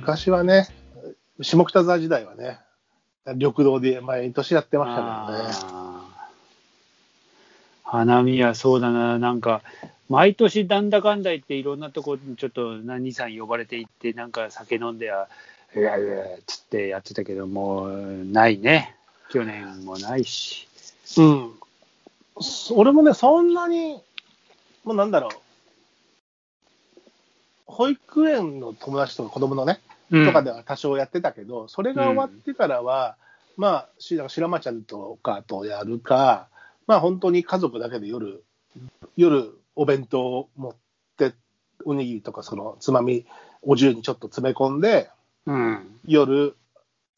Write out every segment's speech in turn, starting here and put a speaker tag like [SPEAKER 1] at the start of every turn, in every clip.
[SPEAKER 1] 昔はね、下北沢時代はね、緑道で毎年やってましたけどね。
[SPEAKER 2] あー花見はそうだな、なんか、毎年なんだかんだ言って、いろんなとこにちょっと何さん呼ばれて行って、なんか酒飲んでや、いやいやっつってやってたけど、もうないね、去年もないし。
[SPEAKER 1] うん。そ俺もね、そんなに、もうなんだろう。保育園の友達とか子供のね、とかでは多少やってたけど、それが終わってからは、まあ、しだから白間ちゃんとかとやるか、まあ本当に家族だけで夜、夜お弁当を持って、おにぎりとかそのつまみ、お重にちょっと詰め込んで、
[SPEAKER 2] うん、
[SPEAKER 1] 夜、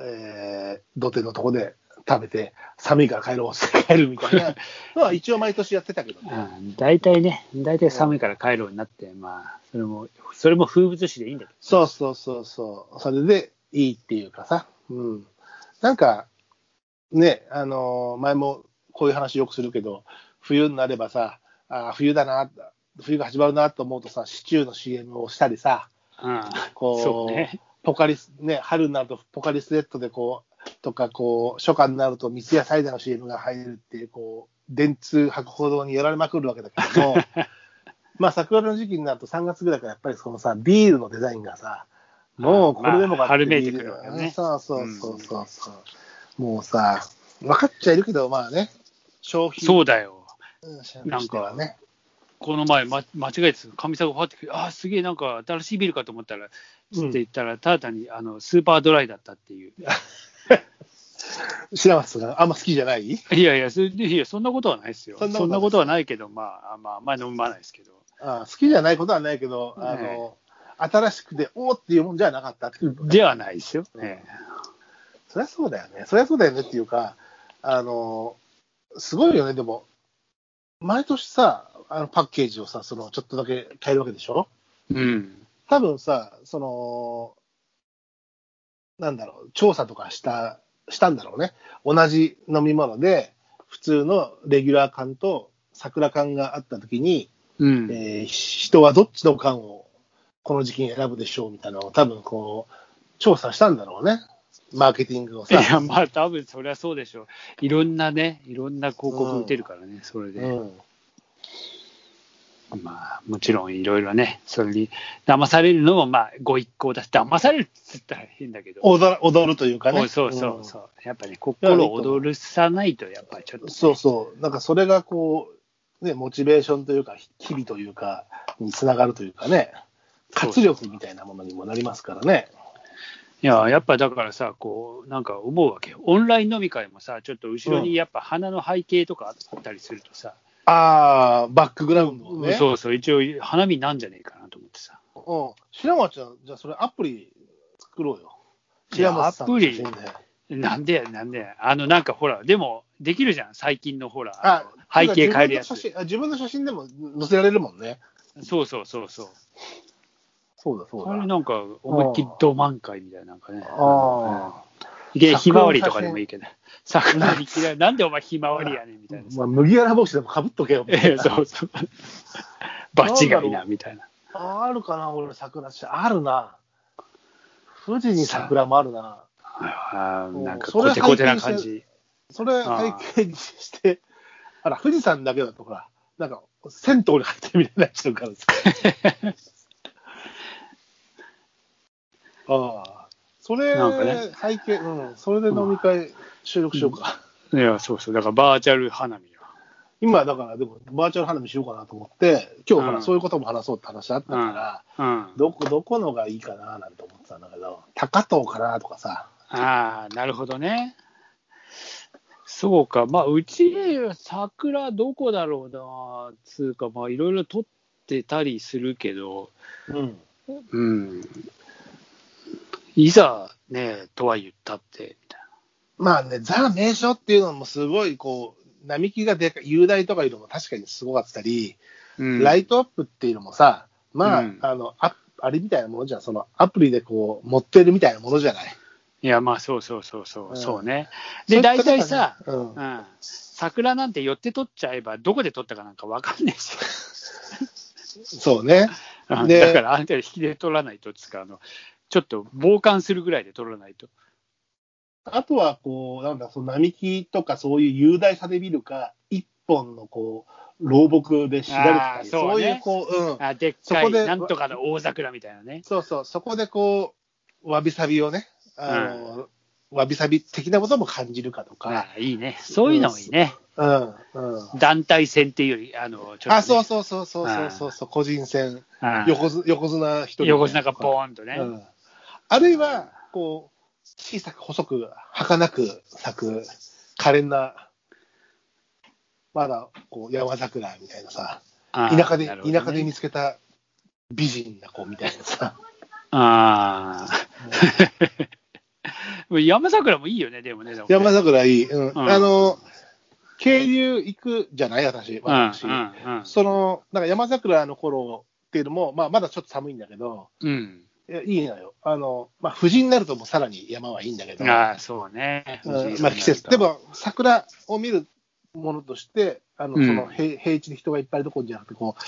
[SPEAKER 1] えー、土手のとこで食べて、寒いから帰ろうって帰るみたい なのは一応毎年やってたけどね。
[SPEAKER 2] うん大体ね、大体寒いから帰ろうになって、まあ、それも、それも風物詩でいいんだけ
[SPEAKER 1] そうそうそうそう。それでいいっていうかさ。うん。なんか、ね、あのー前もこういう話よくするけど、冬になればさ、あー冬だな、冬が始まるなと思うとさ、シチューの CM をしたりさ、
[SPEAKER 2] ど、うん、
[SPEAKER 1] こう
[SPEAKER 2] そうね、
[SPEAKER 1] ポカリス、ね、春になるとポカリスエットでこう、とかこう、初夏になると三ツ矢サイダーの CM が入るっていう、こう、電通博報堂にやられまくるわけだけど も、まあ桜の時期になると3月ぐらいからやっぱりそのさ、ビールのデザインがさ、もうこれでもか
[SPEAKER 2] まあ
[SPEAKER 1] って
[SPEAKER 2] 春めい
[SPEAKER 1] ビー
[SPEAKER 2] てく
[SPEAKER 1] ル
[SPEAKER 2] るわ
[SPEAKER 1] が
[SPEAKER 2] けね
[SPEAKER 1] そうそうそうそうそう、もうさ、分かっちゃいるけど、まあね、消費
[SPEAKER 2] そうだよ。
[SPEAKER 1] うん者としてはね。
[SPEAKER 2] この前、ま、間違えてたかみさんがファって来てあーすげえなんか新しいビールかと思ったらつって言ったら、ただ単にあのスーパードライだったっていう
[SPEAKER 1] 白松があんま好きじゃない
[SPEAKER 2] いやいやそいやそんなことはないですよ
[SPEAKER 1] そ
[SPEAKER 2] そ
[SPEAKER 1] ん
[SPEAKER 2] ん
[SPEAKER 1] なこと
[SPEAKER 2] なことはないけどまああまああんまり飲まないですけど
[SPEAKER 1] あ好きじゃないことはないけど、あ
[SPEAKER 2] ね
[SPEAKER 1] の、新しくて、おーっていうもんじゃなかったっていうのが
[SPEAKER 2] ではないですよ、ね
[SPEAKER 1] そりゃそうだよね。そりゃそうだよねっていうか、あの、すごいよね、でも、毎年さ、あのパッケージをさ、その、ちょっとだけ変えるわけでしょ
[SPEAKER 2] うん
[SPEAKER 1] 多分さ、その、なんだろう、調査とかした、したんだろうね。同じ飲み物で、普通のレギュラー缶と桜缶があった時に、
[SPEAKER 2] うん、
[SPEAKER 1] えー人はどっちの缶をこの時期に選ぶでしょうみたいなのを多分こう調査したんだろうねマーケティングを
[SPEAKER 2] い
[SPEAKER 1] さ、
[SPEAKER 2] やまあ多分そりゃそうでしょういろんなねいろんな広告打てるからね、それで、
[SPEAKER 1] うん、
[SPEAKER 2] まあもちろんいろいろねそれに騙されるのもまあご一行だし騙されるっつったら変だけど
[SPEAKER 1] 踊る踊るというかね
[SPEAKER 2] おそうそ
[SPEAKER 1] ん
[SPEAKER 2] うそう、やっぱね、心を踊るさないと、やっぱりちょっと、
[SPEAKER 1] そうそうなんかそれがこうねモチベーションというかひ日々というかにつながるというかね活力みたいなものにもなりますからね
[SPEAKER 2] いや、やっぱだからさ、こう、なんか思うわけよ、オンライン飲み会もさ、ちょっと後ろ
[SPEAKER 1] うん
[SPEAKER 2] にやっぱ花の背景とかあったりするとさ、
[SPEAKER 1] ああバックグラウンドをね
[SPEAKER 2] そうそう、一応、花見なんじゃねえかなと思ってさ、
[SPEAKER 1] うん、白松ちゃんじゃあそれアプリ作ろうよ
[SPEAKER 2] いや
[SPEAKER 1] 白松さんの写真で
[SPEAKER 2] なんでや、なんでや、あの、なんかほら、でも、できるじゃん、最近のほら、
[SPEAKER 1] あ
[SPEAKER 2] 背景変えるやつ
[SPEAKER 1] 自分の写真あ自分の写真でも載せられるもんね。
[SPEAKER 2] そうそうそうそう、
[SPEAKER 1] そうだそ
[SPEAKER 2] あれ。なんか、思いっきりど満開みたいな、なんかね。
[SPEAKER 1] あ
[SPEAKER 2] いやひまわりとかでもいいけど、 桜に嫌い、なんでお前ひまわりやねんみたいな
[SPEAKER 1] あ、。まあ、麦わら帽子でもかぶっとけ よ。
[SPEAKER 2] ええ、そうそう。場違いな、みたいな。
[SPEAKER 1] ああるかな、俺、桜市。あるな。富士に桜もあるな。
[SPEAKER 2] ああ
[SPEAKER 1] うん
[SPEAKER 2] なんか、
[SPEAKER 1] それ
[SPEAKER 2] コテコテな感じ。
[SPEAKER 1] それ背景にして、あら、富士山だけだと、ほら、なんか、銭湯に入ってみたいな人からさ。 ああ。それ、
[SPEAKER 2] なんかね
[SPEAKER 1] 背景、うん、それで飲み会、収録しようか。
[SPEAKER 2] いや、そうそう。だから、バーチャル花見よ。
[SPEAKER 1] 今だからでもバーチャル花見しようかなと思って今日ほ
[SPEAKER 2] う
[SPEAKER 1] ら
[SPEAKER 2] ん
[SPEAKER 1] そういうことも話そうって話あったから、
[SPEAKER 2] うん。あ
[SPEAKER 1] どこどこのがいいかななんて思ってたんだけど高遠かなとかさ
[SPEAKER 2] あ、なるほどね。そうか。まあ、うち、桜どこだろうな、つうか、まあ、いろいろ撮ってたりするけど、
[SPEAKER 1] うん
[SPEAKER 2] うん。いざ、ね、とは言ったって、みたい
[SPEAKER 1] まあねザ名所っていうのもすごいこう並木がでかい雄大とかいうのも確かにすごかったり、
[SPEAKER 2] な。う
[SPEAKER 1] ライトアップっていうのもさまあ、
[SPEAKER 2] うん
[SPEAKER 1] あのああれみたいなものじゃんそのアプリでこう持ってるみたいなものじゃない
[SPEAKER 2] いや、まあ、そうそうそうそう、
[SPEAKER 1] うん
[SPEAKER 2] そうね。
[SPEAKER 1] そうい
[SPEAKER 2] で、
[SPEAKER 1] った
[SPEAKER 2] 大体さ、
[SPEAKER 1] 中でうん
[SPEAKER 2] うん、桜なんて寄って取っちゃえば、どこで取ったかなんかわかんないし、
[SPEAKER 1] そうね
[SPEAKER 2] うん
[SPEAKER 1] で
[SPEAKER 2] だからあんたら引きで取らないとつうかあの、ちょっと傍観するぐらいで撮らないと。
[SPEAKER 1] あとは、こう、なんだ、その並木とかそういう雄大さで見るか、一本のこう、老木でしだれてた
[SPEAKER 2] あー
[SPEAKER 1] り、
[SPEAKER 2] そうね
[SPEAKER 1] そういう、こう、うん。
[SPEAKER 2] あでっか
[SPEAKER 1] そこ
[SPEAKER 2] い、
[SPEAKER 1] で
[SPEAKER 2] なんとかの大桜みたいなね。
[SPEAKER 1] そうそう、そこでこう、わびさびをね、あの、わびさび的なことも感じるかと
[SPEAKER 2] あ
[SPEAKER 1] か、
[SPEAKER 2] あいいね。そういうのもいいね。
[SPEAKER 1] うん、うん。
[SPEAKER 2] 団体戦っていうより、あの、ちょっと、ね、
[SPEAKER 1] あ、そうそうそうそうそうそうそう、個人戦、
[SPEAKER 2] ああ
[SPEAKER 1] 横ず横綱一人、
[SPEAKER 2] 横綱がポーンとね。
[SPEAKER 1] うん。あるいは、こう、小さく細く、儚く咲く、可憐な、まだ、こう、山桜みたいなさ、
[SPEAKER 2] ああ
[SPEAKER 1] 田舎で、
[SPEAKER 2] なるほどね
[SPEAKER 1] 田舎で見つけた美人な子みたいな さ、
[SPEAKER 2] ああ。山桜 もいいよね、でもね。でもね
[SPEAKER 1] 山桜いい、うん。
[SPEAKER 2] ん
[SPEAKER 1] あの、渓流行くじゃない私、私。
[SPEAKER 2] うんうん
[SPEAKER 1] その、なんか山桜の頃っていうのも、まあ、まだちょっと寒いんだけど、
[SPEAKER 2] うん。
[SPEAKER 1] いやいいのよ。あの、まあ、夫人になるともうさらに山はいいんだけ
[SPEAKER 2] う
[SPEAKER 1] ど、
[SPEAKER 2] ん。ああ、そうね。
[SPEAKER 1] うんまあ、季節。で、も、桜を見るものとして、あの、
[SPEAKER 2] うん
[SPEAKER 1] その平平地で人がいっぱいいるところじゃなくて、こう、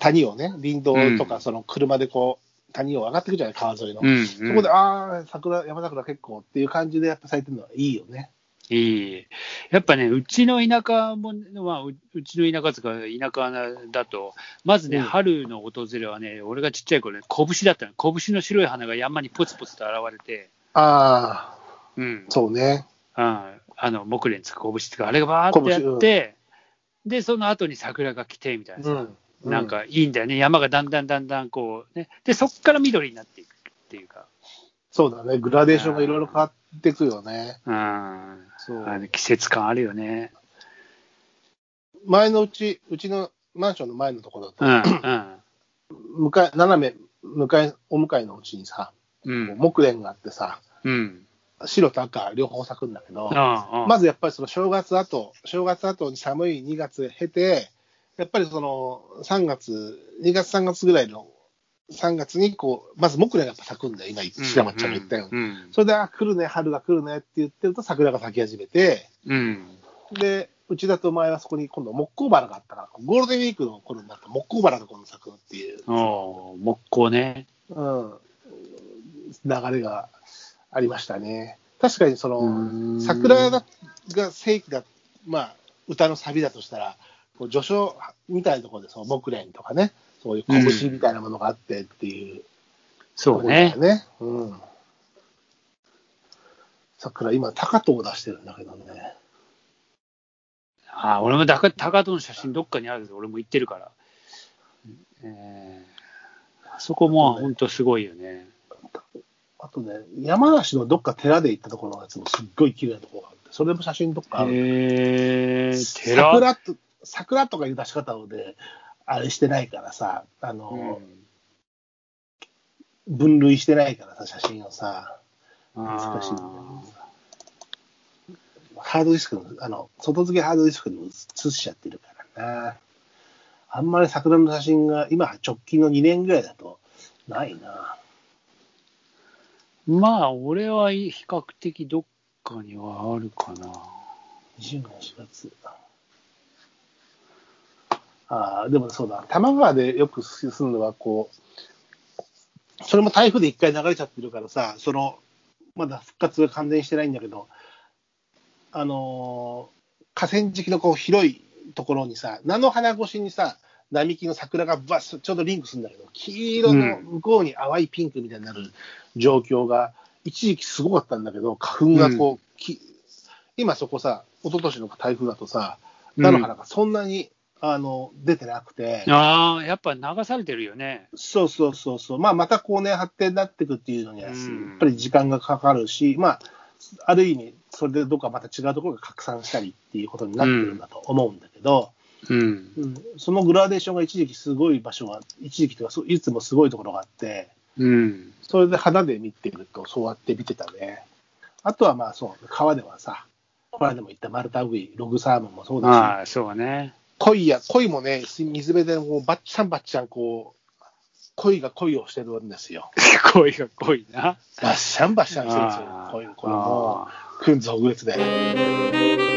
[SPEAKER 1] 谷をね、林道と
[SPEAKER 2] う
[SPEAKER 1] か、
[SPEAKER 2] ん
[SPEAKER 1] その車でこう、谷を上がっていくじゃない、川沿いの。
[SPEAKER 2] うん、うん。
[SPEAKER 1] そこで、ああ、桜、山桜結構っていう感じでやっぱ咲いてるのはいいよね。
[SPEAKER 2] いい。やっぱね、うちの田舎も、まあ、ううちの田舎とか、田舎だと、まずね、
[SPEAKER 1] うん
[SPEAKER 2] 春の訪れはね、俺がちっちゃい頃ね、拳だったの。拳の白い花が山にポツポツと現れて、
[SPEAKER 1] ああ、
[SPEAKER 2] うん。
[SPEAKER 1] そうね。
[SPEAKER 2] ああの、木蓮つく拳つく、あれがバーってやって、で、その後に桜が来て、みたいなさ、
[SPEAKER 1] うん。
[SPEAKER 2] なん、かいいんだよね。山がだんだんだんだんこう、ね。で、そっから緑になっていくっていうか、
[SPEAKER 1] そうだね。グラデーションがいろいろ変わってくよね。
[SPEAKER 2] うん。
[SPEAKER 1] そう。
[SPEAKER 2] あの季節感あるよね。
[SPEAKER 1] 前のうち、うちのマンションの前のところだと
[SPEAKER 2] うん、うん。
[SPEAKER 1] 向かい、斜め、向かい、お向かいのうちにさ、
[SPEAKER 2] うん。
[SPEAKER 1] 木蓮があってさ、
[SPEAKER 2] うん。
[SPEAKER 1] 白と赤両方咲くんだけど、
[SPEAKER 2] あ
[SPEAKER 1] まずやっぱりその正月後、正月後に寒い2月経て、やっぱりその3月、2月3月ぐらいの3月にこう、まず木蓮がやっぱ咲くんだよ、今、白松ちゃんが言ったように。
[SPEAKER 2] うん
[SPEAKER 1] それで、あ、来るね、春が来るねって言ってると桜が咲き始めて、
[SPEAKER 2] うん。
[SPEAKER 1] で、うちだと前はそこに今度木工バラがあったから、ゴールデンウィークの頃になった木工バラが今度咲くっていう、
[SPEAKER 2] うん。おー木工ね。
[SPEAKER 1] うん、流れがありましたね。確かにそ
[SPEAKER 2] うん
[SPEAKER 1] の桜が正規だ、まあ、歌のサビだとしたら、こう序章みたいなところでその木蓮とかね、そういう拳みたいなものがあってっていうと
[SPEAKER 2] そ
[SPEAKER 1] こ
[SPEAKER 2] う
[SPEAKER 1] ろだよ
[SPEAKER 2] ね。
[SPEAKER 1] ね。うん桜、今、高藤を出してるんだけどね。
[SPEAKER 2] あー俺もだか高藤の写真どっかにあるぞ。俺も行ってるから。えーあそこも本当すごいよね。
[SPEAKER 1] あとね、山梨のどっか寺で行ったところのやつもすっごい綺麗なところがあって、それも写真どっかあるんだけど
[SPEAKER 2] へえー、寺。
[SPEAKER 1] 桜と桜とかいう出し方をね、あれしてないからさ、あの、分類してないからさ、写真をさ、難しいんだよねハードディスクの、あの、外付けハードディスクに写しちゃってるからな。あんまり桜の写真が、今、直近の2年ぐらいだと、ないな。
[SPEAKER 2] まあ、俺は比較的どっかにはあるかな。
[SPEAKER 1] 20年4月。ああ、でもそうだ、多摩川でよくするのは、こう、それも台風で一回流れちゃってるからさ、その、まだ復活が完全にしてないんだけど、あのー河川敷のこう広いところにさ、菜の花越しにさ、並木の桜がバスちょうどリンクするんだけど、黄色の向こうに淡いピンクみたいになる状況が、一時期すごかったんだけど、花粉がこう、き今そこさ、一昨年の台風だとさ、菜の花がそんなに、あの出てなくて、
[SPEAKER 2] ああ、やっぱ流されてるよね。
[SPEAKER 1] そうそうそうそう、まあ、またこうね、発展になっていくっていうのには、や
[SPEAKER 2] うん
[SPEAKER 1] っぱり時間がかかるし、まあ、ある意味、それでどっかまた違うところが拡散したりっていうことになってるんだと思うんだけど、
[SPEAKER 2] うん。
[SPEAKER 1] うんそのグラデーションが一時期すごい場所が、一時期というか、そういつもすごいところがあって、
[SPEAKER 2] うん。
[SPEAKER 1] それで花で見てると、そうやって見てたね。あとはまあそう、川ではさ、これでも言ったマルタウイ、ログサーモンもそうだし、
[SPEAKER 2] ああ、そうね。
[SPEAKER 1] 鯉や、鯉もね、水水辺でこうバッチャンバッチャンこう、鯉が恋をしてるんですよ。
[SPEAKER 2] 恋が濃いな。
[SPEAKER 1] バッシャンバッシャンしてるんですよ
[SPEAKER 2] あ。ー
[SPEAKER 1] 鯉、鯉も、くんずほぐれつで。